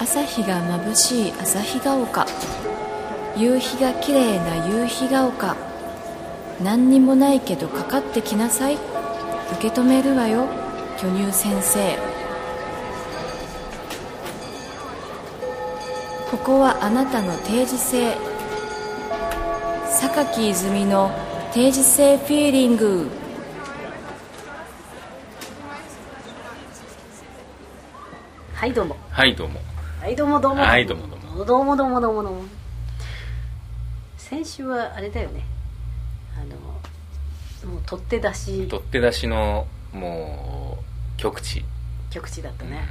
朝日が眩しい朝日が丘夕日が綺麗な夕日が丘何にもないけどかかってきなさい受け止めるわよ巨乳先生ここはあなたの定時性榊泉の定時性フィーリングはいどうもはいどうもはいどうもどうもはいどうもどうもどうもどうもどうもどうも先週はあれだよねあのもう取って出し取って出しのもう極地、局地だったうんね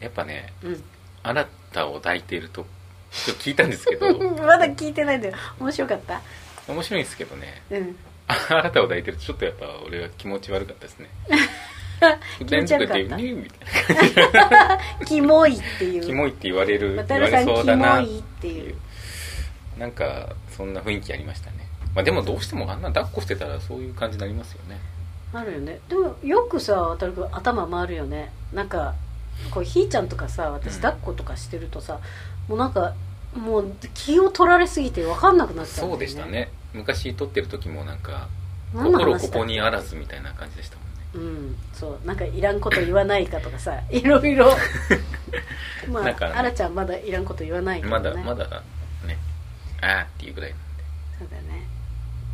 やっぱねうん、あなたを抱いているとちょっと聞いたんですけど まだ聞いてないんだよ面白かった面白いんですけどねうんあなたを抱いてるとちょっとやっぱ俺は気持ち悪かったですね 気持ち悪かった何とか言ってねみたいキモいっていなキうモいって言われる渡言わるされんそうキだモなっいってていいううなんかそんな雰囲気ありましたね、まあ、でもどうしてもあんな抱っこしてたらそういう感じになりますよねあるよねでもよくさ渡るくん頭回るよねなんかこうひーちゃんとかさ私うん抱っことかしてるとさ、もうなんかもう気を取られすぎて分かんなくなっちゃうんだよそうでしたね昔撮ってる時もなんか何の心話だここにあらずみたいな感じでしたもんねうんそうなんかいらんこと言わないかとか さいろいろまあ、なんかねあらちゃんまだいらんこと言わないかまら、ね、だまだねああっていうぐらいなんでそうだね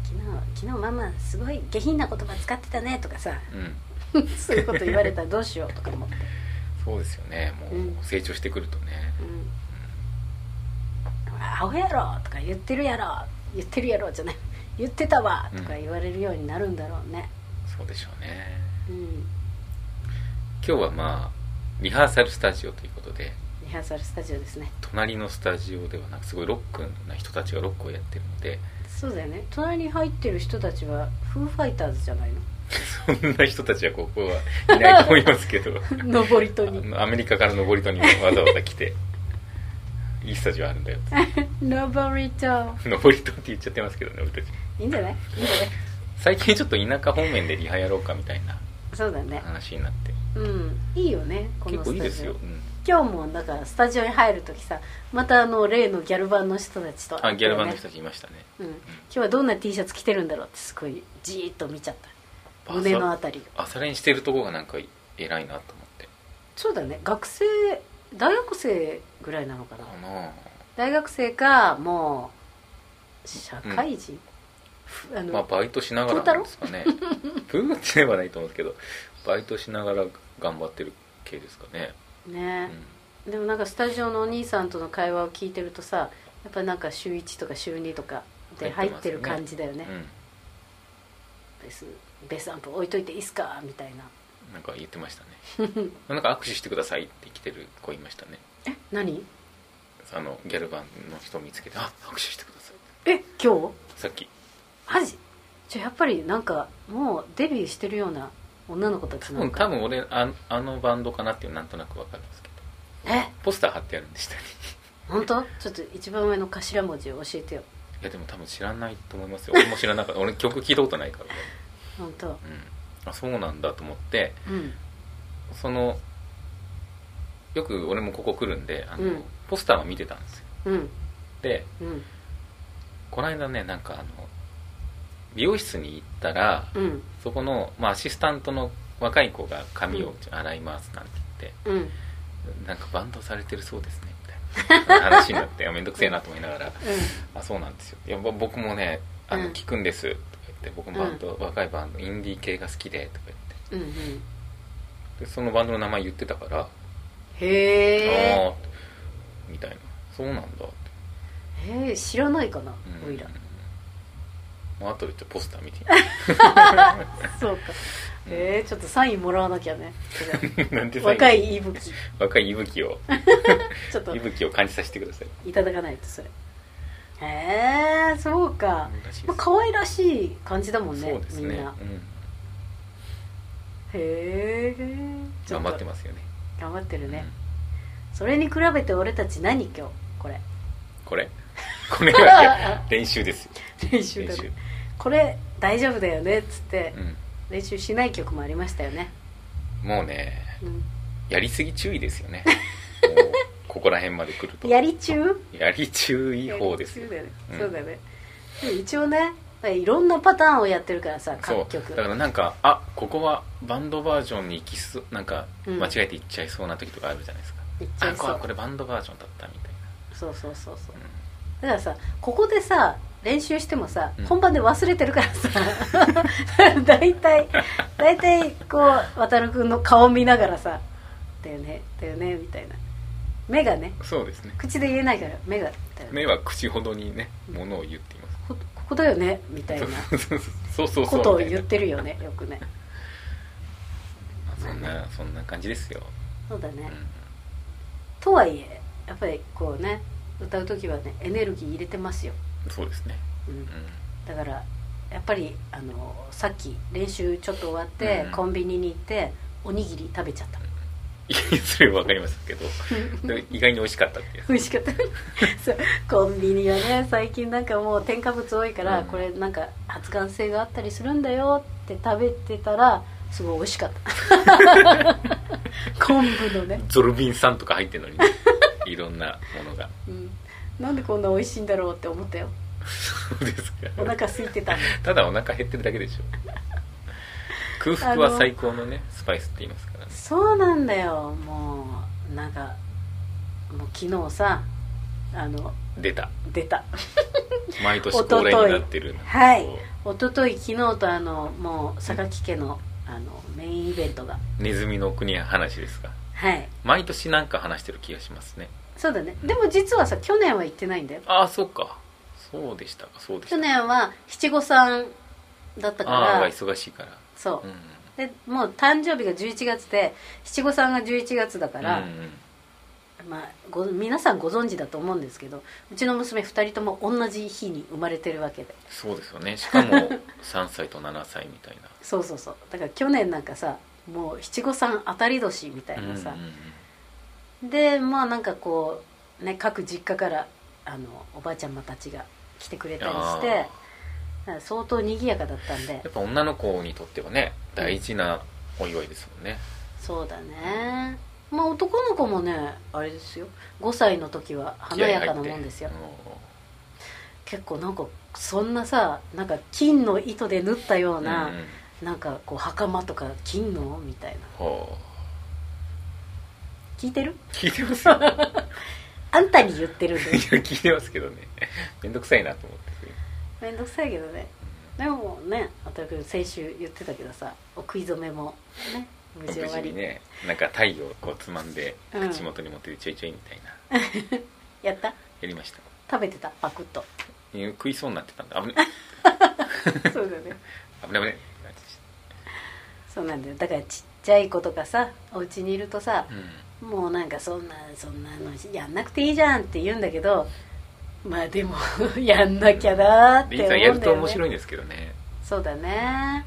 昨日昨日ママすごい下品な言葉使ってたねとかさ うんそういうこと言われたらどうしようとか思って、そうですよねもうんう成長してくるとね、うん「ほらアホやろ」とか「言ってるやろ」「言ってるやろ」じゃない 「言ってたわ」とか言われるようになるんだろうねそうでしょうねうん今日はまあリハーサルスタジオということでリハーサルスタジオですね隣のスタジオではなんかすごいロックな人たちがロックをやってるので そうだよね隣に入ってる人たちはフーファイターズじゃ ないのそんな人たちはここはいないと思いますけど登りとにあのアメリカから登り戸にわざわざ来ていいスタジオあるんだよ登りと登り戸って言っちゃってますけどね俺たちいいんじゃないいいんじゃない最近ちょっと田舎方面でリハやろうかみたいなそうだね話になってうんいいよねこのスタジオ結構いいですよ、うん今日もだからスタジオに入るときさまたあの例のギャル版の人たちとあギャルバンのた人たち、ちいましたねうん、今日はどんな T シャツ着てるんだろうってすごいじーっと見ちゃったバサ胸のあたりを朝練してるとこがなんか偉いなと思ってそうだね学生大学生ぐらいなのかなかなあ大学生かもう社会人、ふあの、まあバイトしながらなんですかねプ ーってではないと思うんですけどバイトしながら頑張ってる系ですかね、うねん、、でもなんかスタジオのお兄さんとの会話を聞いてるとさやっぱなんか週1とか週2とかで入入っっててますよねる感じだよねう、ベースベースアンプ置いといていいっすかみたいなんなんか言ってましたね なんか握手してくださいって来てる子いましたねえ何あのギャルバンの人を見つけて「あ握手してくださいえ今日」さっきマジじゃあやっぱりなんかもうデビューしてるような女の子たち多なの分か多分俺ああのバンドかなっていうのなんとなくわかるんですけどえポスター貼ってあるんでしたね本当ちょっと一番上の頭文字を教えてよいやでも多分知らないと思いますよ俺も知らなかった俺曲聞いたことないから、本当うん、あそうなんだと思ってうんそのよく俺もここ来るんであの、うんポスターは見てたんですようんでうんこの間ねなんかあの美容室に行ったらうんそこの、まあ、アシスタントの若い子が髪うを洗いますなんて言って、うんなんかバンドされてるそうですねみたいな話になってい やめんどくせえなと思いながらあそうなんですよいやぼ僕もねあうのん聞くんですとか言って僕もバンド、若いバンドインディー系が好きでとか言っうんうんてでそのバンドの名前言ってたから、へえああみたいなそうなんだってへえ知らないかなうんおいらもう後でちょっとポスター見てそうかへえちょっとサインもらわなきゃ ねそれ なんて若いい息吹若い息吹をちょっと息吹を感じさせてくださいいただかないとそれへえそうか、らしいまであ、す可愛らしい感じだもんねそうですみんねなうんへえ頑張ってまますよねす頑張ってるねうん、それに比べて俺たち何今日これこれこれ は練習ですよ練習練だ習ねこれ大丈夫だよねっつってうん練習しない曲もありましたよね、もうねうん、 やりすぎ注意ですよねもここら辺まで来るとやり中やり注意報ですやより中だよねうんそうだねでも一応ねいろんなパターンをやってるからさそう各局だからなんかあここはバンドバージョンに行きそうなんかうん間違えて行っちゃいそうな時とかあるじゃないですか、行っちゃあいこそれはうこれバンドバージョンだったみたいそうそうそうそうな、だからさここでさ練習してもさ、うん本番で忘れてるからさ 大体大体こう渡るくんの顔見ながらさ「だよねだよね」みたいな目がねうんそうですね口で言えないから目がだよね目は口ほどにねものを言っていますこここだよねみ たいなそうそうそうこそうとをみたいな言ってるよねよくねまあそんなそんな感じですよ、そうだね、うとはいえやっぱりこうね歌う時はねエネルギー入れてますよ、ん、そうですね、うんう、ん、だからやっぱりあのさっき練習ちょっと終わって、うんコンビニに行っておにぎり食べちゃったいやそれは分かりましたけ どで意外に美味しかったっていう美味しかった そうコンビニはね最近なんかもう添加物多いから、うんこれなんか発がん性があったりするんだよって食べてたらすごい美味しかった 昆布のね、ゾルビン酸とか入ってるのにね いろんなものが うん、なんでこんな美味しいんだろうって思ったよそうですかお腹空いてたのただお腹減ってるだけでしょ空腹は最高のねスパイスって言いますからねそうなんだよもうなんかもう昨日さあの出た出た毎年恒例になってるはいこ一昨日昨日とあのもう榊家のあのメインイベントがうネズミの国の話ですがはい毎年なんか話してる気がしますねそうだねでも実はさ去年は行ってないんだよああそうかそうでしたかそうでした去年は七五三だったかああがら忙しいからそううんでもう誕生日が11月で七五三が11月だから、うんうんまあ、ご皆さんご存知だと思うんですけどうちの娘2人とも同じ日に生まれてるわけでそうですよねしかも3歳と7歳み たいなそうそうそうだから去年なんかさもう七五三当たり年みたいなさうん、うんうんでまあなんかこうね各実家からあのおばあちゃまたちが来てくれたりしあてだから相当賑やかだったんでーやっぱ女の子にとってはね大事なお祝いですもんね、そうだねまあ男の子もねあれですよ5歳の時は華やかなもんですよ気合い入って結構なんかそんなさなんか金の糸で縫ったよううんな、うんうんなんかこう袴とか金のみたいなは聞いてる あ聞いてますよいやあんたに言ってる んだよ聞いてますけどねめんどくさいなと思ってめんどくさいけどねでもね渡君先週言ってたけどさお食い初めもね無無事終わ事り、にねなんか太陽をこうつまんでうん口元に持っててちょいちょいみたいな、やったやりました食べてたパクッ といや食いそうになってたんだ危 ねそうだね危ね危ねって感じでしそうなんだよだからちっちゃい子とかさお家にいるとさた、うんもうなんかそんなそんなのやんなくていいじゃんって言うんだけどまあでも やんなきゃなーってリ思うんだーさんやると面よ白ねいんですけどねそうだね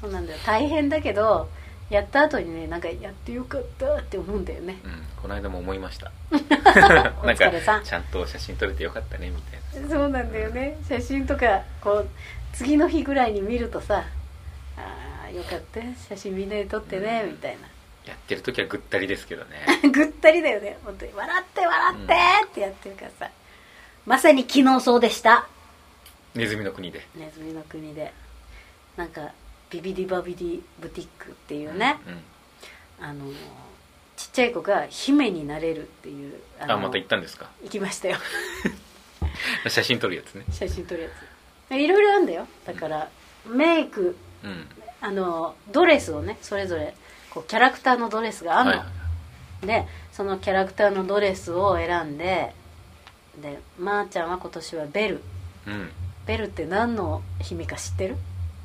そうなんだよ大変だけどやった後にねなんかやってよかったって思うんだよねうんこの間も思い ましたおなん疲れさかんちゃんと写真撮れてよかったねみたいなそうなんだよね写真とかこう次の日ぐらいに見るとさあーよかったよ写真みんなで撮ってねうんみたいやってる時はぐったりですけどねな ぐったりだよね本当に笑って笑ってってやってるからさまさに昨日そうでしたネズミの国でネズミの国でなんかビビディバビディブティックっていうね、うんあのーちっちゃい子が姫になれるっていうあのあまた行ったんですか行きましたよ 写真撮るやつね写真撮るやついろいろあるんだよだからメイクうんあのドレスをねそれぞれこうキャラクターのドレスがあるの、はいはいでそのキャラクターのドレスを選んででまー、ちゃんは今年はベルうんベルって何の姫か知ってる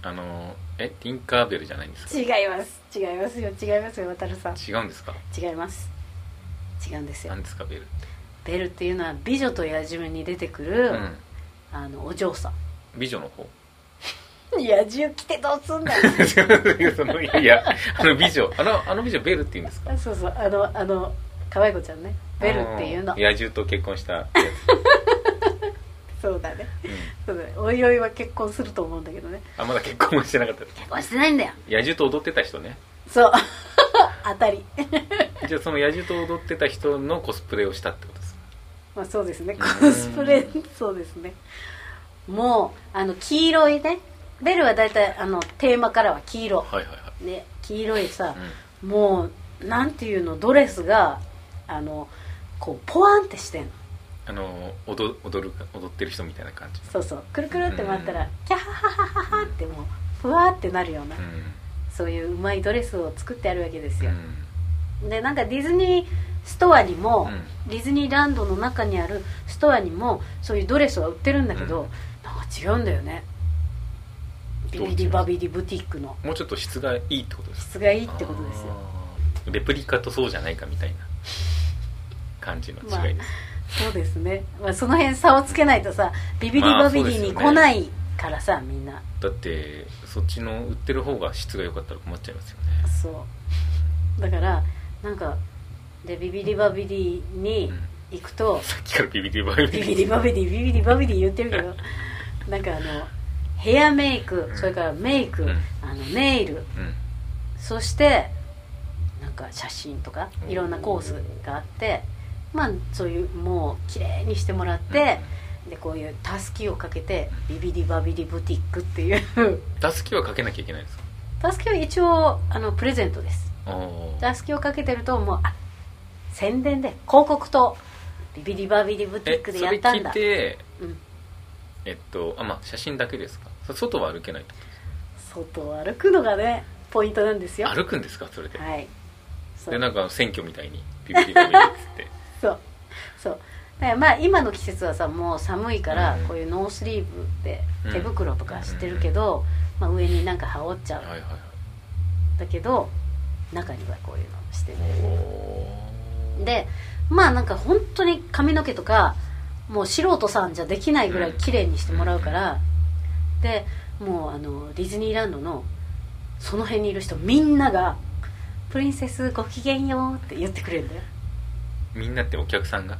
あのえティンカーベルじゃないんですか違います違いますよ違いますよ渡るさん違うんですか違います違うんですよ何ですかベルベルっていうのは「美女と野獣」に出てくる、うんあのお嬢さん美女 の方野獣来てどうすんだよそのいやいやあの美女あのあの美女ベルって言うんですか そうそうあのあの可愛い子ちゃんねベルっていうのん野獣と結婚したやそうだねつ、うん、そうだねおいおいは結婚すると思うんだけどねあまだ結婚もしてなかった結婚してないんだよ 野獣と踊ってた人ねそう当たりじゃあその野獣と踊ってた人のコスプレをしたってことですまあそうですねうコんスプレそうですねもうあの黄色いねベルは大体あのテーマからは黄色はいはいはね黄色いさい、う、んもうなんていうのドレスがあのこうポワンってしてんのあの踊踊る踊ってる人みたいな感じそうそうくるくるって回ったうらキャハハハハハってもうふわーってなるようなうんそういううまいドレスを作ってあるわけですうよん、でなんかディズニーストアにも、うディズニーランドの中にあるストアにもそういうドレスは売ってるんだけど、うんなんか違うんだよねビビディバビディブティックのもうちょっと質がいいってことです質がいいってことですよあーレプリカとそうじゃないかみたいな感じの違いです、そうですね、まあ、その辺差をつけないとさビビディバビディに来ないからさ、みんなだってそっちの売ってる方が質が良かったら困っちゃ いますよねそうだからなんかでビビディバビディに行くと、さっきからビビディバイビビビディバビディビビディバビディ言ってるけどなんかあのヘアメイクうんそれからメイク、うんあのネイルうんそしてなんか写真とかうんいろんなコースがあってまあそういうもう綺麗にしてもらって、でこういうたすきをかけてビビディバビディブティックっていう たすきはかけなきゃいけないですかたすきは一応あのプレゼントですあーたすきをかけてるともうあ宣伝で広告とビビディバビディブティえッそクれでやったん聞いだてうんえっとあまあ写真だけですかそ外は歩けないってこ外を歩くのがねポイントなんですとよ歩くんですかそれで、はいそでうなんか選挙みたいにビビディバイビディっつ ってそうそうだからまあ今の季節はさもう寒いからうんこういうノースリーブでうん手袋とかしてるけど、まあ、上になんか羽織っちゃう、はいはいはいだけど中にはこういうのをしておねーでまあなんか本当に髪の毛とかもう素人さんじゃできないぐらい綺麗にしてもらうから、でもうあのディズニーランドのその辺にいる人みんなが「プリンセスごきげんよう」って言ってくれるんだよみんなってお客さんが違う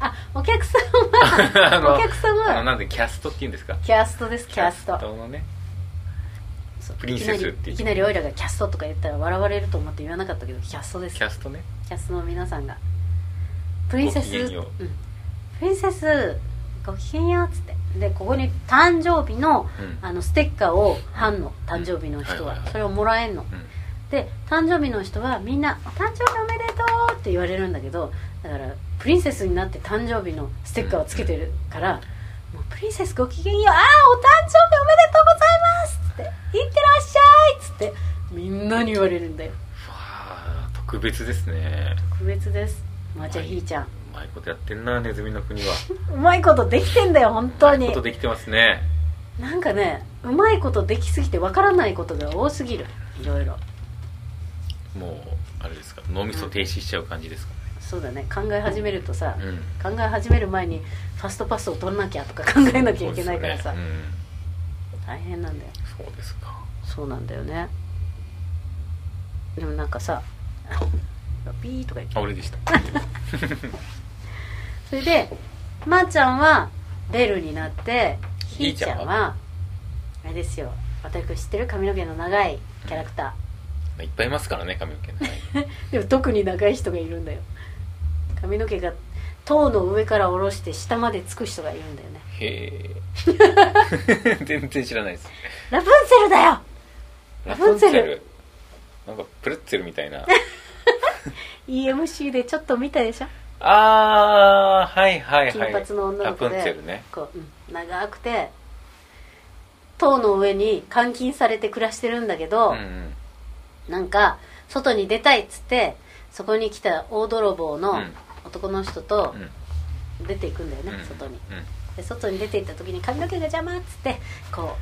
あお客さん あはのお客さんあのはなんでキャストって言うんですかキャストですキャストのねそうプリンセスって言っていきなりいきなりオイラがキャストとか言ったら笑われると思って言わなかったけどキャストですキャストねキャストの皆さんが「プリンセス」ごきげんようんプリンセスごきげんよう」っつってでここに誕生日のうんあのステッカーを班の誕生日の人はいはいははいそれをもらえんのうんで誕生日の人はみんな「お誕生日おめでとう」って言われるんだけどだからプリンセスになって誕生日のステッカーをつけてるから「もうプリンセスごきげんようああお誕生日おめでとうございます」っつって「いってらっしゃい」っつってみんなに言われるんだよふわあ特別ですね特別ですまあじゃあひーちゃんうまいことやってんなネズミの国はうまいことできてんだよ本当うまいにことできてますねなんかねうまいことできすぎてわからないことが多すぎるいろいろもうあれですか脳みそ停止しちゃう感じですかそうだね考え始めるとさ、ねう考んえ始める前にファストパスを取らなきゃとか考えなきゃいけないからさ、そうですよね大変なんだようんそうですかそうなんだよねでもなんかさピーとか言ってあ俺で したそれでまー、ちゃんはベルになってひひーーちちゃゃんはんはあれですよ私知ってる髪の毛の長いキャラクター、いっぱいいますからね髪の 毛ねでも特に長い人がいるんだよ髪の毛が頭の上から下ろして下までつく人がいるんだよねへ え全然知らないですラプンツェルだよラプンツェルなんかプレッツェルみたいな EMC でちょっと見たでしょああはいはいはい金髪の女の子でラプンツェルねこう、うん、長くて塔の上に監禁されて暮らしてるんだけうど、んうんなんか外に出たいっつってそこに来た大泥棒うのん男の人とうん出ていくんだよね、うん外にうんで外に出て行った時に髪の毛が邪魔っつってこ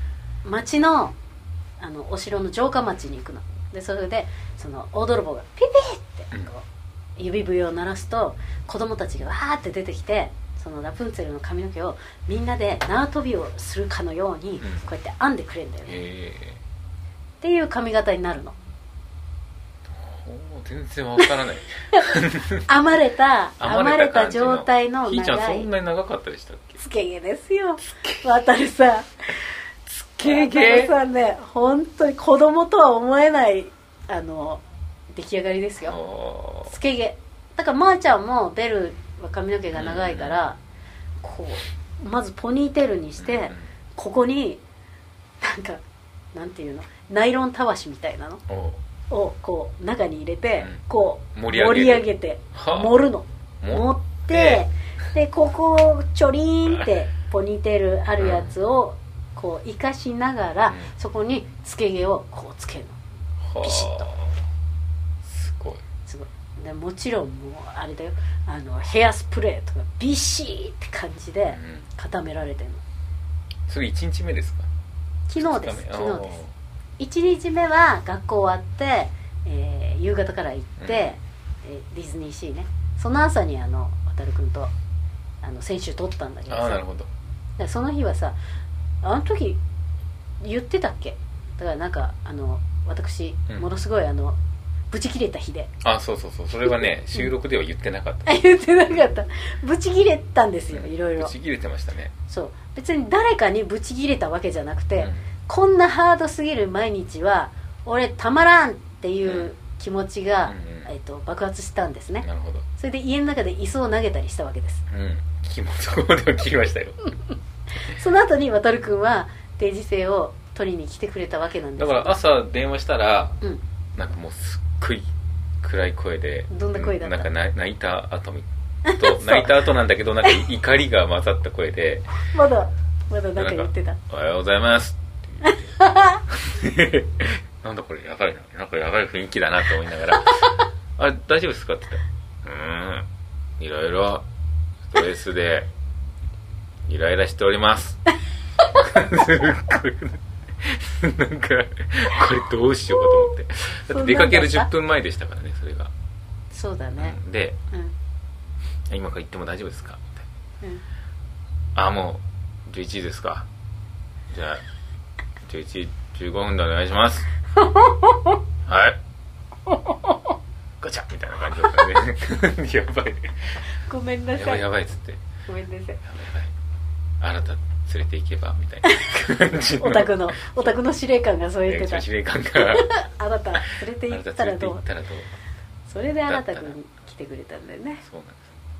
う町のあのお城の城下町に行くのでそれでその大泥棒がピピってこう指笛を鳴らすと子供たちがわーって出てきてそのラプンツェルの髪の毛をみんなで縄跳びをするかのようにんこうやって編んでくれるんだよね、っへえていう髪型になるの全然わか らない編まれ た編まれた感じの状態のひーちゃ長んそんいなに長かったでしたっけつけ毛ですよ渡るさんつ渡辺さんね本当に子供とは思えないあの出来上がりですよおーつけ毛だからまーちゃんもベルは髪の毛が長いから、こうまずポニーテールにして、ここになんかなんていうのナイロンたわしみたいなのうんおーをこう中に入れて、うんこう盛り上げ盛るてはあ盛るの持もってでここをちょりーんってポニーテールあるやつをこう生かしながら、うんそこにつけ毛をこうつけるのはあピシッとすごいすごいでもちろんもうあれだよあのヘアスプレーとかビシーって感じうでん固められてるのそれ一日目ですか昨日です二日目昨日でおーす1日目は学校終わって、えー夕方から行って、えーディズニーシーねその朝にあの渡君とあの先週撮ったんだけどああさなだるかほどらその日はさあの時言ってたっけだからなんかあの私、うんものすごいあのブチ切れた日で あそうそうそうそれはね収録では言ってなかった言ってなかったブチ切れたんですようんいろいろぶち切れてましたねそう別に誰かにブチ切れたわけじゃなくて、うんこんなハードすぎる毎日は俺たまらんっていう気持ちが、うんうんえっと爆発したんですねなるほどそれで家の中で椅子を投げたりしたわけですうん聞きもそこまでは聞きましたよその後に渡るくんは定時制を取りに来てくれたわけなんですだけかどら朝電話したらうんなんかもうすっごい暗い声でどんな声だったうんなんか泣いた後みと泣いた後なんだけどなんか怒りが混ざった声でまだまだなんか言ってた「おはようございます」 って言ってなんだこれやばいななんかやばい雰囲気だなと思いな がら「あれ大丈夫ですか?」って言ったらうーんいろいろストレスでイライラしております」 すっごいなんかこれどうしようかと思ってだって出かけるそんなんだ10分前でしたからねそれが、そうだねうんでうん「今から行っても大丈夫ですか?」みたいなうんあもう11時ですかじゃあ11時15分でお願いします はいガチャみたいな感じだったね やばいごめんなやさばいいやばいっつってやごめんなさいばいやばいあなた連れて行けばみたいな感じの オタクのオタクの司令官がそう言って た司令官があなた連れてあ行なったた連られてど行っうたらどうそれであなたくんに来てくれたんだよねそうなん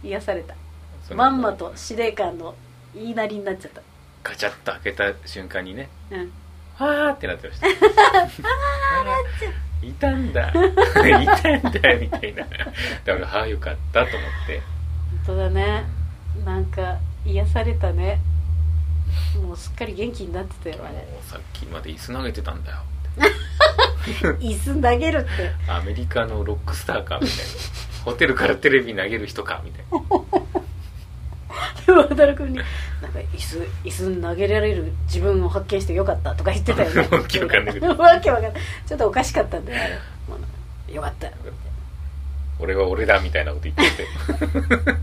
で癒されたすそのまんまと司令官の言いなりになっちゃったガチャッと開けた瞬間にねうんはーってなってましたいたんだ いたんだみたいなだからはあよかったと思って本当だねなんか癒されたねもうすっかり元気になってたよあれもうさっきまで椅子投げてたんだよ椅子投げるってアメリカのロックスターかみたいなホテルからテレビ投げる人かみたいな でも渡る君に「なんか椅子椅子投げられる自分を発見してよかった」とか言ってたよねわけわかんないけどわけわかんないちょっとおかしかったんだよあれもうなんかよかった俺は俺だみたいなこと言ってて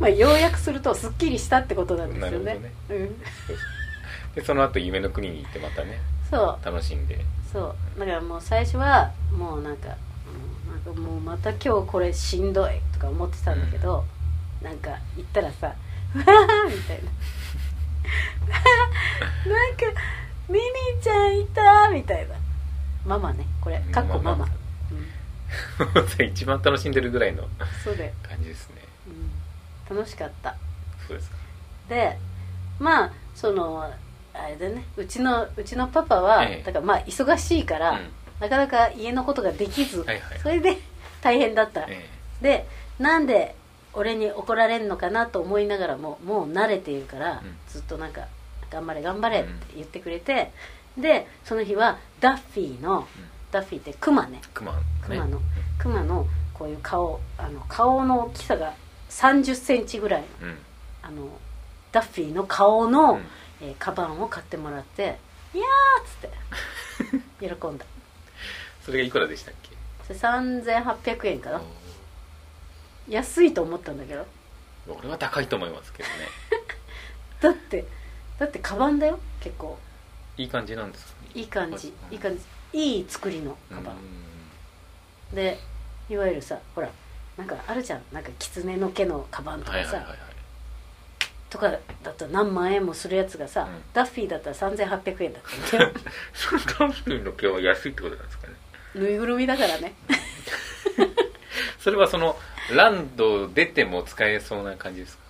まあ要約するとすっきりしたってことなんですよねなるうん、でその後夢の国に行ってまたねそう楽しんで そうだからもう最初はもうなんかうんなんかもうまた今日これしんどいとか思ってたんだけど、なんか行ったらさ「わあ!」みたいな「なんかミミちゃんいた!」みたいなママねこれかっこママ、うん、一番楽しんでるぐらいのそうだよ、感じですねうん、楽しかったそうですかでまあそのあれだねうちのうちのパパは、ええだからまあ忙しいから、うんなかなか家のことができず、はいはいそれで大変だった、えでなんで俺に怒られんのかなと思いながらももう慣れているから、うんずっとなんか「頑張れ頑張れ」って言ってくれて、でその日はダッフィーの、ダッフィーってクマねえ熊ねクマの、クマのこういう顔あの顔の大きさが3 0センチぐらいのうんあのダッフィーの顔の、うんえーカバンを買ってもらって「いやー!」っつ って喜んだそれがいくらでしたっけそれ3800円かなお安いと思ったんだけどー俺は高いと思いますけどねだってだってカバンだよ結構いい感じなんですかねいい感じいい感じいい作りのカバン、うでいわゆるさほらなんかあるじゃんなんか狐の毛のカバンんとはいかはいさ、はいはいとかだと何万円もするやつがさ、うんダッフィーだったら3800円だったんだよ そのダンスの毛は安いってことなんですかねぬいぐるみだからねそれはそのランド出ても使えそうな感じですか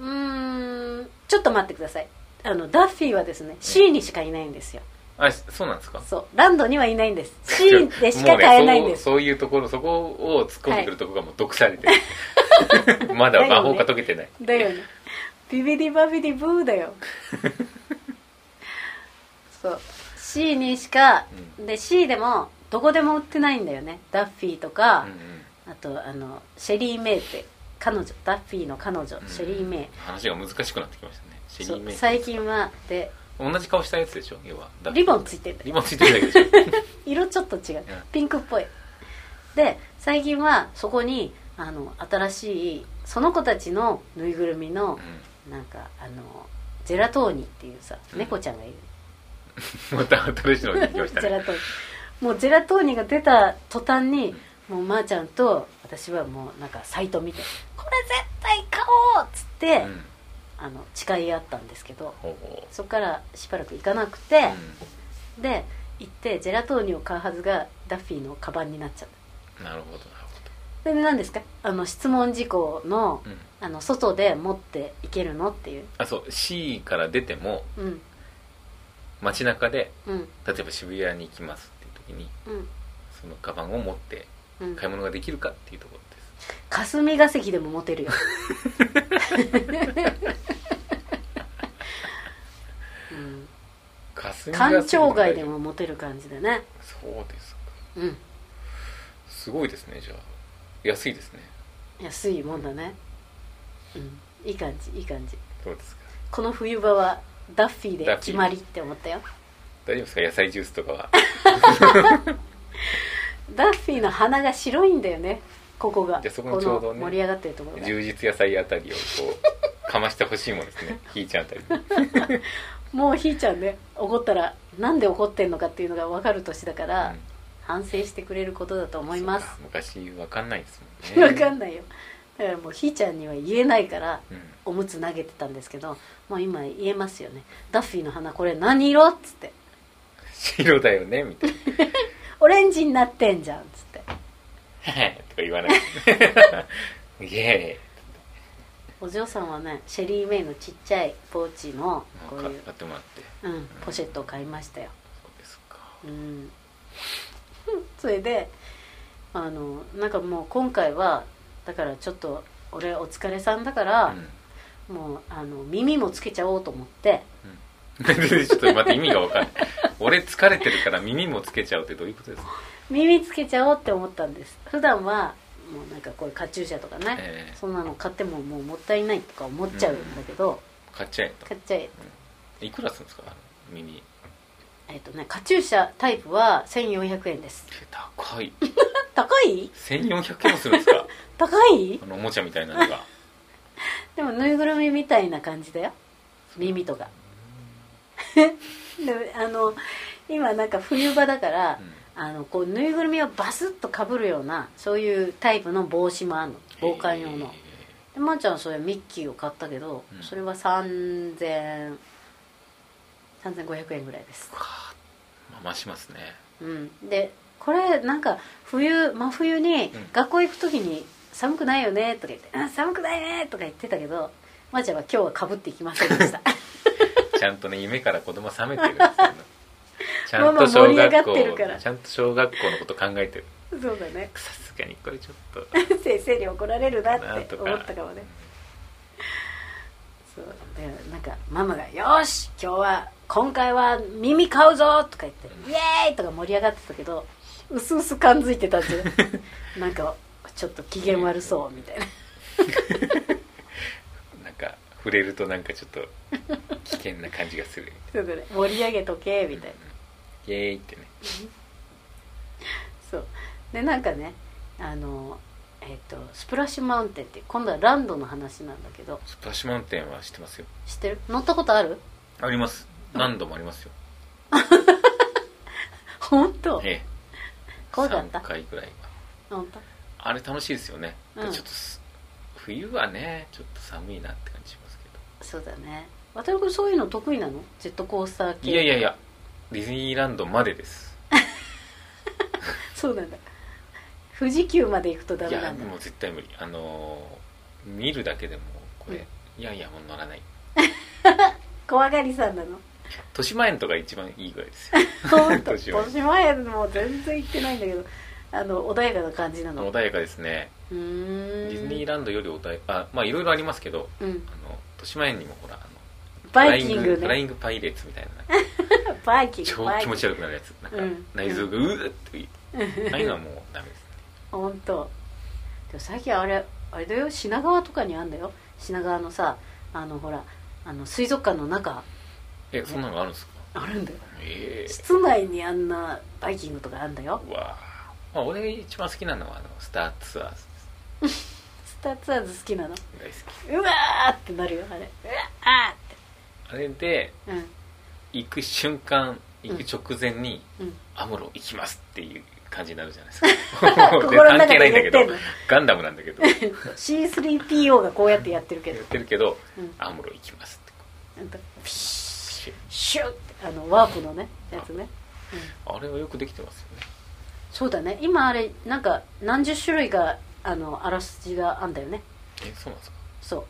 うーんちょっと待ってくださいあのダッフィーはですね C にしかいないんですよあそうなんですかそうランドにはいないんです C でしか買えないんですもうねそうそういうところそこを突っ込んでくるところがもう毒されてる、 まだ魔法が解けてない、だよねビビディバビディブーだよ そう C にしか、で C でもどこでも売ってないんだよねダッフィーとかうん、うんあとあのシェリー・メイって彼女ダッフィーの彼女、シェリー・メイ話が難しくなってきましたねシェそリーうメイ最近はで同じ顔したやつでしょ要はだリボンついてるリボンついてるだけでしょ色ちょっと違うピンクっぽいで最近はそこにあの新しいその子たちのぬいぐるみのなんかあのジェラトーニっていうさうん猫ちゃんがいる、うんまた新しいのができましジたェねラトーニもうジェラトーニが出た途端にもうまーちゃんと私はもうなんかサイト見て「これ絶対買おう!」っつって、うんあの誓い合ったんですけどほうほそこからしばらく行かなくうてう、で行ってジェラトーニを買うはずがダッフィーのカバンになっちゃったんなるほどなるで何ですかあの質問事項のほど、うんあの外で持っていけるのっていうあそう C から出てもうん街中でうん例えば渋谷に行きますっていう時にうんそのカバンを持ってうん買い物ができるかっていうところです霞が関でもモテ るようん霞が関官庁街でもモテる感じでねそうですかうんすごいですねじゃあ安いですね安いもんだねうんいい感じいい感じどうですかこの冬場はダッフィーでダッフィー決まりって思ったよ大丈夫ですか野菜ジュースとか はダッフィーの鼻が白いんだよねここがじゃあそこにちょうこどねの盛り上がってるところが充実野菜あたりをこうかましてほしいもんですねひーちゃんあ たりにもうひーちゃんね怒ったらなんで怒ってんのかっていうのが分かる年だから、うん反省してくれることだと思いますそうか昔わかんないですもんね分かんないよだからもうひーちゃんには言えないからうんおむつ投げてたんですけどもう今言えますよねダッフィーの花これ何色っつって白だよねみたいな オレンジになってんじゃんっつって「とか言 わない イエお嬢さんはねシェリー・メイのちっちゃいポーチのーこイう買いうっ、てもらってうん、ポシェットを買いましたよそうですかうん、 それであのなんかもう今回はだからちょっと俺お疲れさんだかうら、ん もうあの耳もつけちゃおうと思ってちょっと待って意味がわかんない俺疲れてるから耳もつけちゃうってどういうことですか、耳つけちゃおうって思ったんです普段はもうなんかこういうカチューシャとかね、えそんなの買ってももうもったいないとか思っちゃうんだけど、ー、買っちゃえ買っちゃえといくらするんですかあの耳えっ、とねカチューシャタイプは1400円です高い高い1400円もするん ですか高いあのおもちゃみたいなのがでもぬいぐるみみたいな感じだよ耳とかでもあの今なんか冬場だからう、んあのこうぬいぐるみをバスッとかぶるようなそういうタイプの帽子もあるの防寒用の、でまー、ちゃんはそれミッキーを買ったけど、うんそれは3000 3500円ぐらいですえー、かまあまあしますねうんでこれなんか冬真冬にうん学校行く時に「寒くないよね」とか言って「あ寒くないね」とか言ってたけどまー、ちゃんは今日はかぶっていきません でしたちゃんとね夢から子供冷めてるんですけど ちゃんママと盛小り上が学っ校てるからちゃんと小学校のこと考えてるそうだねさすがにこれちょっと先生に怒られるななっんてと思ったかもねそうでなんかママが「よし今日は今回は耳買うぞ!」とか言って「イエーイ!」とか盛り上がってたけどうすうす感づいてたんじゃ ないなんかちょっと機嫌悪そうみたいななんか触れるとなんかちょっと危険な感じがするみそうだね盛り上げとけみたいなたいなイエーイってねそうでなんかねあのえっ、とスプラッシュマウンテンって今度はランドの話なんだけどスプラッシュマウンテンは知ってますよ知ってる乗ったことあるあります何度もありますよ本当ええ怖かった3回ぐらいは本当あれ楽しいですよね、うんちょっとす冬はねちょっと寒いなって感じしますけそうだね渡辺君そういうの得意なのジェットコースター系どいやいやいやディズニーランドまでですそうなんだ富士急まで行くとダいメやなんだもう絶対無理あのー見るだけでもこれ、いやいやもう乗らない怖がりさんなの豊島園とか一番いいぐらいですよ本当 豊島園豊島園も全然行ってないんだけどあの穏やかな感じなの穏やかですねうーデんィズニーランドより穏やかあまあいろいろありますけどうんあの豊島園にもほらあのバイキングフライねングパイレーツみたいな バイキング超バイキ気ング持ち悪くなるやつなんかうん内臓がうーってああいうのはもうダ メですね本当でも最近あれあれだよ品川とかにあんだよ品川のさあのほらあの水族館の中えそんなのあるんですかあるんだよええ室内にあんなバイキングとかあんだようわーまあ俺一番好きなのはあのスターツアーズスターツアーズ好きなのです大好うわーってなるよあれうわーってきあれでうん行く瞬間行く直前に、うんアムロ行きますっていう感じになるじゃないですか 全然関係ないんだ心の中で言けどってんのガンダムなんだけ どや C3PO がこうやってやってるけどっ、てるけどうん、アムロ行きますってなんかピピシシッシュッてあのワープのねやつねあれはよくできてますよねそうだね今あれなんか何十種類があのあらすじがあんだよねえそうなんですかそう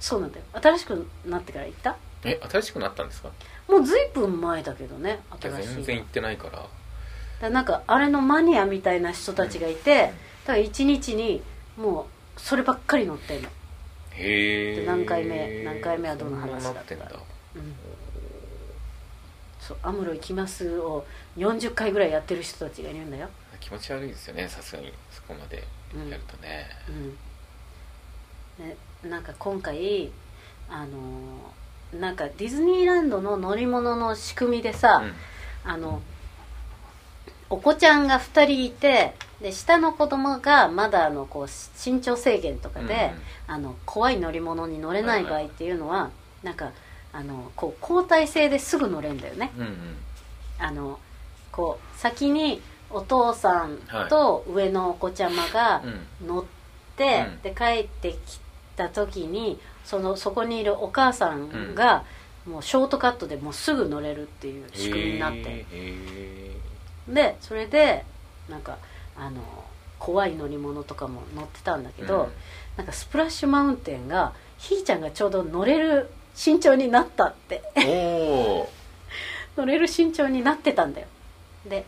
そうなんだよ新しくなってから行ったえ新しくなったんですかもうずいぶん前だけどねいや新しいの全然行ってないからだからなんかあれのマニアみたいな人たちがいて、だから一日にもうそればっかり乗ってんの、へえで何回目何回目はどの話だったってんだうん、そう「アムロ行きます」を40回ぐらいやってる人たちがいるんだよ、気持ち悪いですよねさすがにそこまでうんやるとね、うん、ねなんか今回あのーなんかディズニーランドの乗り物の仕組みでさ、うんあのお子ちゃんが2人いてで下の子供がまだあのこう身長制限とかで、うんうんあの怖い乗り物に乗れない場合っていうのは、なんかあのこう交代制ですぐ乗れんだよねうんうんあのこう先にお父さんと上のお子ちゃまがうん乗って、うんで帰ってきた時にそのそこにいるお母さんが、もうショートカットでもうすぐ乗れるっていう仕組みになってへえでそれでなんかあの怖い乗り物とかも乗ってたんだけど、なんかスプラッシュマウンテンがひーちゃんがちょうど乗れる身長になったってうんおお乗れる身長になってたんだよで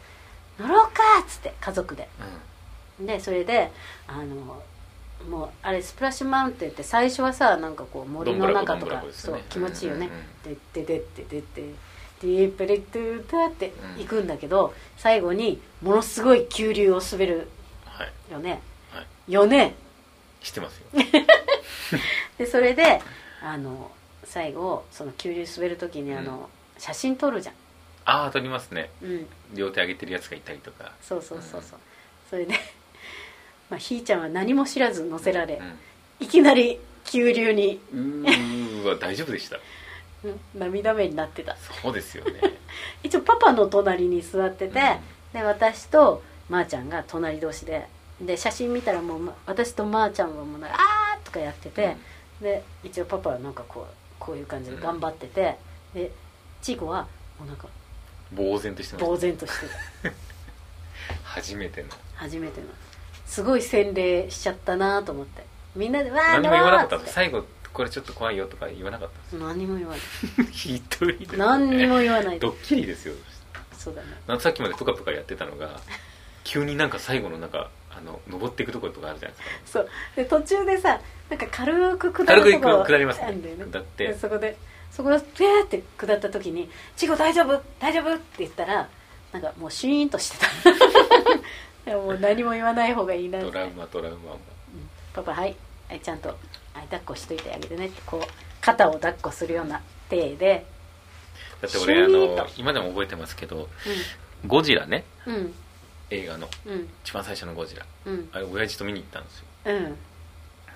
乗ろうかっつって家族ででそれであのもうあれスプラッシュマウンテンって最初はさなんかこう森の中とどんぶらこどんぶらか、こですそようね気持ちいいよねうんうんででででででディープレッドゥータって行くんだけど、最後にものすごい急流を滑るはいよねはいよね知ってますよでそれであの最後その急流滑る時にあの、写真撮るじゃああ撮りますねんうん両手上げてるやつがいたりとかそうそうそうそう、それで、 まあ、ひーちゃんは何も知らず乗せられ、いきなり急流に、うん、うーわ大丈夫でしたうん涙目になってたそうですよね一応パパの隣に座ってて、で私とまー、ちゃんが隣同士でで写真見たらもうま私とまーちゃんはもうなんか「あー!」とかやってて、で一応パパはなんかこうこういう感じで頑張ってて、でチーコはもうなんかうん呆然としてま呆し然としてたた初めての初めてのすごい洗礼しちゃったなと思ってみん なで「わー何も言わなかったっんつでってす最後これちょっと怖いよとか言わなかったんです何も言わない 一人で何にも言わない ドッキリですよそうだねなんかさっきまでプカプカやってたのが急になんか最後のなんかあの登っていくところとかあるじゃないですかそうで途中でさなんか軽く下軽るくと行ころく下りますあねんだよね下ってでそこでそこでピューって下った時に「チーコ大丈夫大丈夫?」って言ったらなんかもうシーンとしてたいやもう何も言わない方がいいなってトラウマトラウマパパはいはいちゃんとはい抱っこしといてあげてねってこう肩を抱っこするような体でだって俺あのシュート今でも覚えてますけどゴジラねうんうん映画のうん一番最初のゴジラうんあれ親父と見に行ったんですようん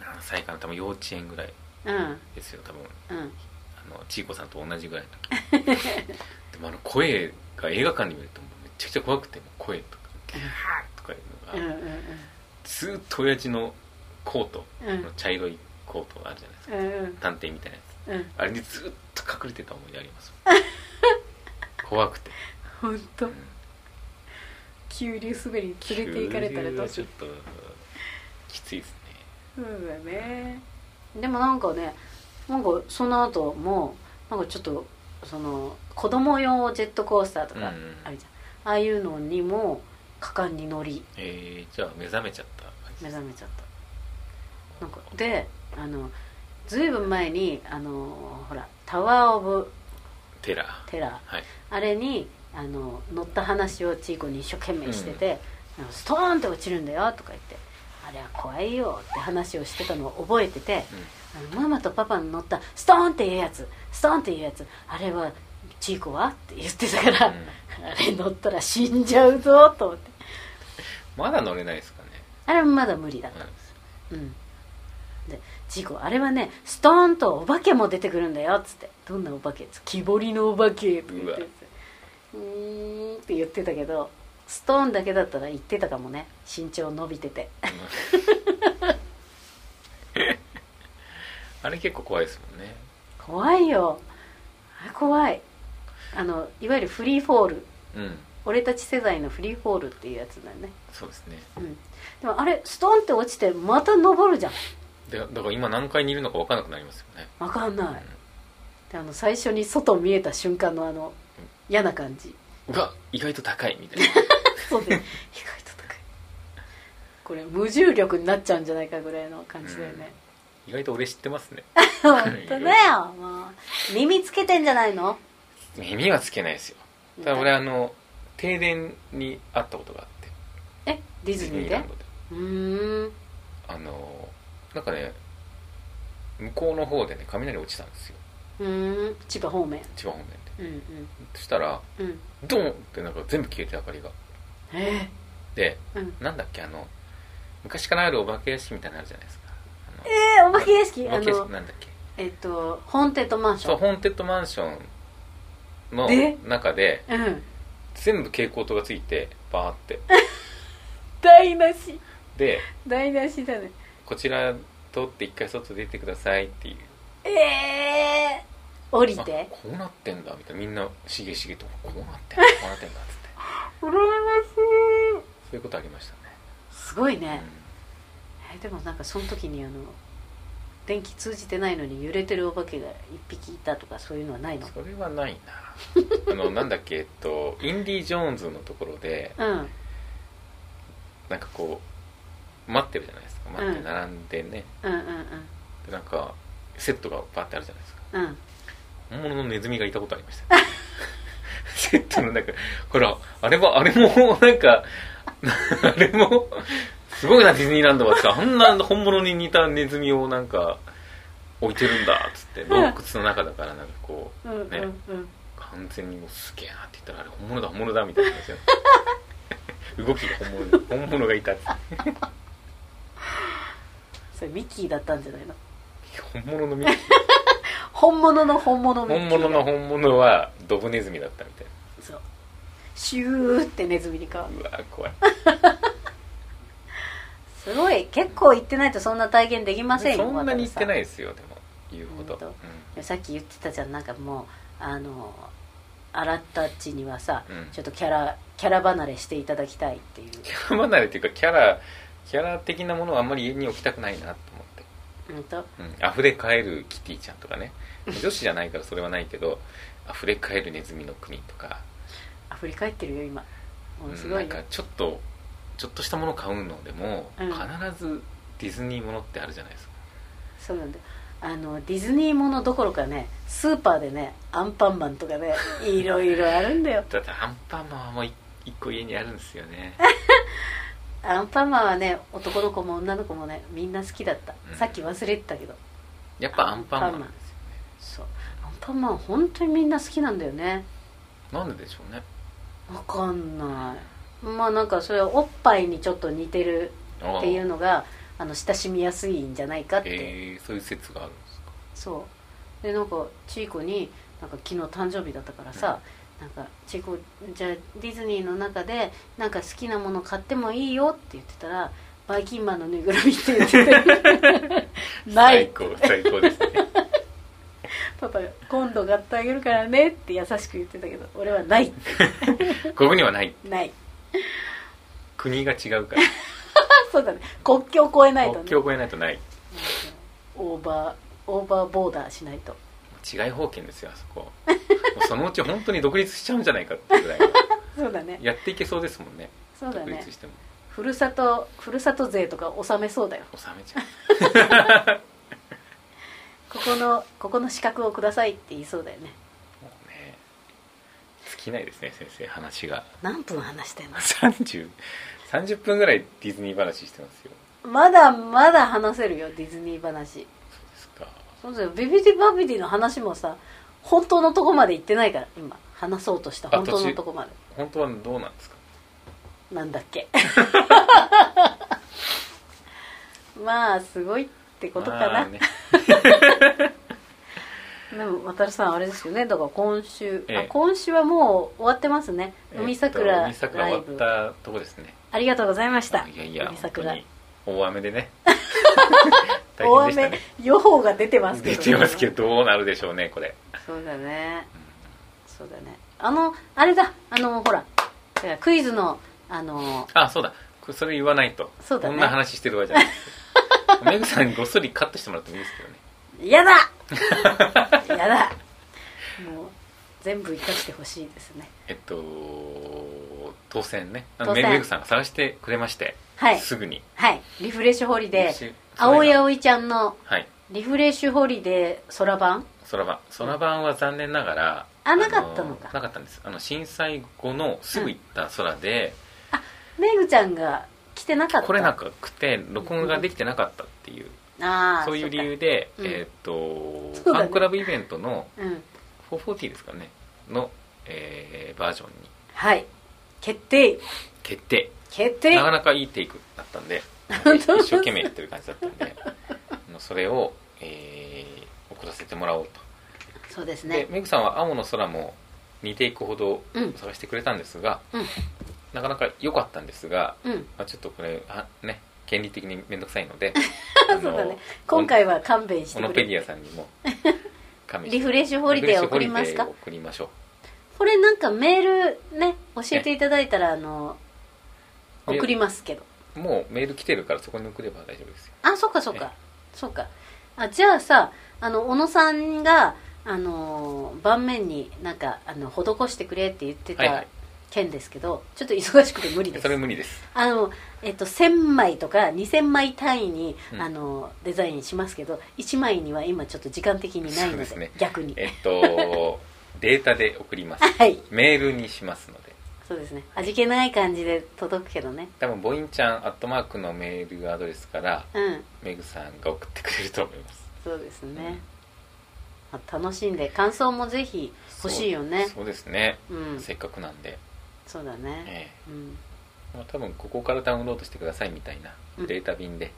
何歳かな多分幼稚園ぐらいうんですよ多分うんあのちいこさんと同じぐらいの 時でもあの声が映画館で見るともうめちゃくちゃ怖くてもう声とかキャーとかいううんのがずーっと親父のコートうんうんの茶色いコートがあるじゃないですかうんうん探偵みたいなやつうんあれにずーっと隠れてた 思い出あります怖くて、本当うん急流滑りに連れて行かれたらどうしちょよっときついですねうそうだねでもなんかねなんかその後もなんかちょっとその子供用ジェットコースターとかあうんるうんじゃん、ああいうのにも果敢に乗りえー、じゃあ目覚めちゃった感じ目覚めちゃったなんかであのずいぶん前にあのほらタワー・オブ・テラーテラーはいあれにあの乗った話をチーコに一生懸命してて、あのストーンって落ちるんだよとか言ってあれは怖いよって話をしてたのを覚えてて、あのママとパパの乗ったストーンっていうやつストーンっていうやつあれはチーコはって言ってたから、うん あれ乗ったら死んじゃうぞと思ってまだ乗れないですかねあれもまだ無理だったうんうんでジーコあれはねストーンとお化けも出てくるんだよっつってどんなお化けっつって木彫りのお化けとか言っててうーんって言ってたけどストーンだけだったら言ってたかもね身長伸びてて あれ結構怖いですもんね怖いよあれ怖いあのいわゆるフリーフォールうん俺たち世代のフリーフォールっていうやつだよねそうですねうんでもあれストーンって落ちてまた登るじゃんでだから今何階にいるのか分かんなくなりますよねわかんないであの最初に外見えた瞬間のあの嫌な感じうわ意外と高いみ たいなそうね意外と高いこれ無重力になっちゃうんじゃないかぐらいの感じだよね、意外と俺知ってますね本当だよもう耳つけてんじゃないの耳はつけないですよただ俺あの停電にあったことがあってえディズニーでドでうーんあのなんかね向こうの方でね雷落ちたんですようーん千葉方面千葉方面でうんうんそしたらうんドンってなんか全部消えて明かりがえでーうん、なんだっけあの昔からあるお化け屋敷みたいなのあるじゃないですかあのえー、お化け屋敷あお化け屋の敷なんだっけえっとホーンテッドマンシそうョンホーンテッドマンションので中でうん全部蛍光灯がついてバーって台無しで台無しだねこちら通って一回外出てくださいっていうええー、降りあてこうなってんだみたいなみんなしげしげとこうなってんだこうなって んだっつって羨ましいそういうことありましたねすごいね、うんえでもなんかその時にあの電気通じてないのに揺れてるお化けが一匹いたとかそういうのはないのそれはないなあのなんだっけえっとインディ・ジョーンズのところでうんなんかこう待ってるじゃないですか待って並んでね、うんうんでなんかセットがバーってあるじゃないですかうんうん本物のネズミがいたことありま したよセットの中ほらあれはあれもなんか あれもすごいなディズニーランドはつってあんな本物に似たネズミをなんか置いてるんだっつって洞窟の中だからなんかこううんうんねうん完全にもうすげえなって言ったらあれ本物だ本物だみたいな感じだ 動きが本物だ本物がいたっつってそれミッキーだったんじゃないの本物のミッキー本物の本物ミッキ本ー物の本物はドブネズミだったみたいそうシューってネズミに変わるなうわ怖いすごい結構行ってないとそんな体験できませんよそんなに言ってないいですよでも言うほど、ほんとうさっき言ってたじゃんなんかもうあの洗ったちにはさ、うん、ちょっとキャラキャラ離れしていただきたいっていうんキャラ離れっていうかキャラキャラ的なものはあんまり家に置きたくないなと思ってうんとうん、溢れ返るキティちゃんとかね女子じゃないからそれはないけど溢れ返るネズミの国とか、あ振り返ってるよ今もううんすごいなねんかちょっとちょっとしたもの買うのでも、うん必ずディズニーものってあるじゃないですかそうなんだよあのディズニーものどころかねスーパーでねアンパンマンとか ねいろいろあるんだよだってアンパンマンはもうい一個家にあるんですよ ねアンパンマンはね男の子も女の子もねみんな好きだった、うんさっき忘れてたけどやっぱアンパンマンなんですよそうアンパンマン本当にみんな好きなんだよねねなんででしょうねわかんないまあなんかそれはおっぱいにちょっと似てるあっていうのがあの親しみやすいんじゃないかって、えー、そういう説があるんですかそうでなんかちいこになんか昨日誕生日だったからさ、なんかちいこじゃあディズニーの中でなんか好きなもの買ってもいいよって言ってたらバイキンマンのぬいぐるみって言ってて ない最高最 高ですねパパ今度買ってあげるからねって優しく言ってたけど俺はないここにはないない国が違うからそうだね国境を越え ないと国ね境を越えないとないオーバーオーバーボーダーしないと違い保険ですよあそこもうそのうち本当に独立しちゃうんじゃないかっていう ぐらいそうだねやっていけそうですもんねそうだ独ね立してもふるさとふるさと税とか納めそうだよ納めちゃうここのここの資格をくださいって言いそうだよねもうね尽きないですね先生話が 何分話してんの3030分ぐらいディズニー話してますよまだまだ話せるよディズニー話そうですかそうだよビビディバビディの話もさ本当のとこまで行ってないから今話そうとした本当のとこまで本当はどうなんですかなんだっ けまあすごいってことかまな、あねでも渡さんあれですよねだから今週、ええあ今週はもう終わってますね海えっと桜海桜ライ終ブ、わったとこですねありがとうございましたいやいや海本当桜に大雨で ね大大変でした雨ね予報が出てますけ出どてますけどどうなるでしょうねこれそうだねそうだねあのあれだあのほらクイズのあのあそうだこれそれ言わないとそうだねこんな話してるわ けじゃないですよメグさんにごっそりカットしてもらってもいいですけどねや だやだもう全部生かしてほしいですねえっと当選ねあの当選メメグさんが探してくれまして、はいすぐにはいリフレッシュホリデそれーが青い葵ちゃんのはいリフレッシュホリデー空版空版空版は残念ながらあなかったのかあなかったんですあの震災後のすぐ行った空で、めぐちゃんが来てなかった来れなくて録音ができてなかったっていう、ああそういう理由で、そうかうんえーっと、そうフだねァンクラブイベントのそうかうん440ですかねの、えーバージョンにはい決定決定決定なかなかいいテイクだったんで本当一生懸命やってる感じだったんで あのそれを、えー送らせてもらおうとそうですでねメグさんは「青の空」も2テイクほどうん探してくれたんですが、うんなかなか良かったんですが、うんまあ、ちょっとこれはね権利的に面倒くさいのであ そうのだね今回は勘弁してくオノれペディアさんにも 加味してリフレッシュホリデーを送りますかリフレッシュホリデーを送りましょうこれなんかメールね教えていただいたらあのえ送りますけどもうメール来てるからそこに送れば大丈夫ですよあそっかそっかそっかあじゃあさあの小野さんがあのー盤面になんかあの施してくれって言ってはいはたい件ですけど、ちょっと忙しくて無理ですそれ無理ですあの、えっと、1000枚とか2000枚単位に、うんあのデザインしますけど1枚には今ちょっと時間的にないのでそうですね逆にえっと データで送りますはいメールにしますのでそうですね味気ない感じで届くけどね多分ボインちゃんアットマークのメールアドレスからうんメグさんが送ってくれると思いますそうですね、まあ楽しんで感想もぜひ欲しいよねそうそうですね、うんせっかくなんで、そうだね、えうんえまあ、多分ここからダウンロードしてくださいみたいなうんデータ便で、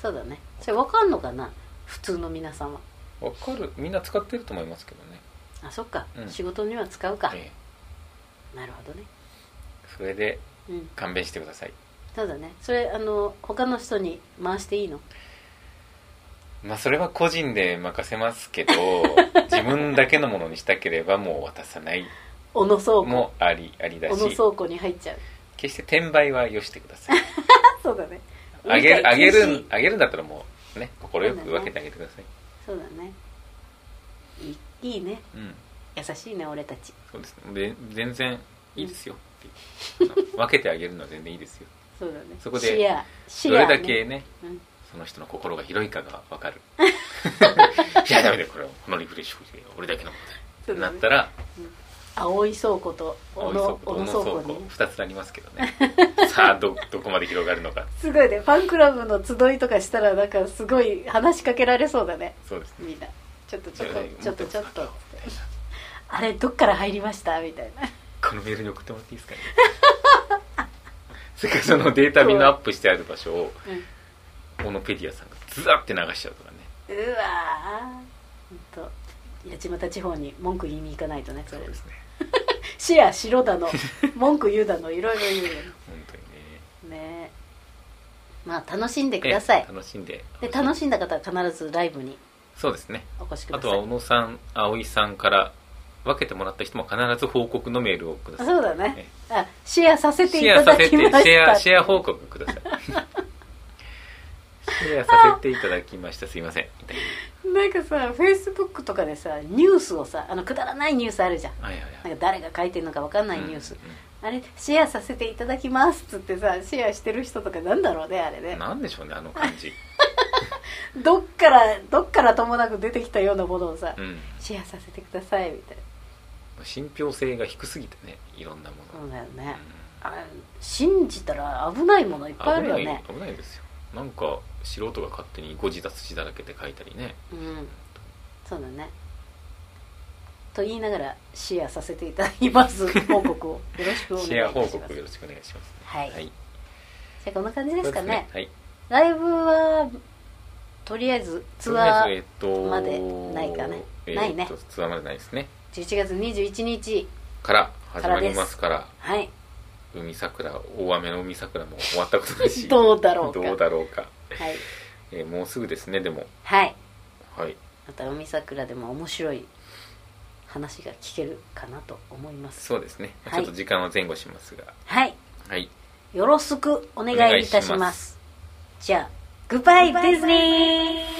そうだねそれわかんのかな普通の皆さんはわかるみんな使ってると思いますけどね、あそっか、うん仕事には使うか、ええなるほどねそれでうん勘弁してくださいそうだねそれあの他の人に回していいのまあそれは個人で任せま すけど自分だけのものにしたければもう渡さない小野倉庫もありありだ小野し倉庫に入っちゃう 決して転売はよしてくださいそうだねあげるあげる運転ん禁止あげるんだったらもうね心よく分けてあげてくださいそうだねいいいいねうん優しいね俺たちそうですねで全然いいですよって 分けてあげるのは全然いいですよそうだねそこでシェアシどェア、ね、れだけねうんその人の心が広いかが分 かるいやダメだよこれはこのリフレッシュで俺だけのものだそうだなねったら青い倉庫と小青い野倉小庫と野小野倉庫倉庫に2つなりますけ どねさあどどこまで広がるのかすごいねファンクラブの集いとかしたらなんかすごい話しかけられそうだねそうですねみんなちょっとちょっいやいやとちょっとちょっともともっあれどっから入りましたみたいなこのメールに送ってもらっていいですかねそれからそのデータ便のアップしてある場所をオノペディアさんがズワって流しちゃうとかねうわーほんと八街地方に文句言いに行かないとねそそうれですねシェアしろだ の文句言うだのいろいろ言う本当にねだのねまあ楽しんでくださいええ楽しんでで楽しんだ方は必ずライブにそうですねお越しくあだとさはい小野さん葵さんから分けてもらった人も必ず報告のメールをくださいそうだねえあシェアさせていシェたアさだせてきシましたェアシェア報告く ださいシェアさせていただきましたすいませんみたいなんかさフェイスブックとかでさニュースをさあのくだらないニュースあるじゃんなはいはいはないんか誰が書いてるのか分かんないニュース、うんあれシェアさせていただきますっつってさシェアしてる人とかなんだろうねあれうねんなんでしょうねあの感じどっからどっからともなく出てきたようなものをさ、うんシェアさせてくださいみたい信憑性が低すぎてねいろんなもなその、うだよね、うあ信じたら危ないものいっぱいあるんよ危ないね危ないですよなんか素人が勝手に誤字脱字だらけで書いたりねうんそうだねと言いながらシェアさせていただき ます報告をよろしくお願いいシェア報たしま告すよじろしくお願いします、はいはい、ゃあこんな感じですかねそうはいライブはとりあえずツアーまでないかねえっとないねえっとツアーまでないですね11月21日から始まりますからはい海桜大雨の海桜も終わったことだ しどうだろうかどうだろうかはい、えーもうすぐですねでもはい、はいまた海桜でも面白い話が聞けるかなと思いますそうですね、はいちょっと時間は前後しますがはいはいよろしくお願いいたしますお願いしますじゃあグッバイディズニー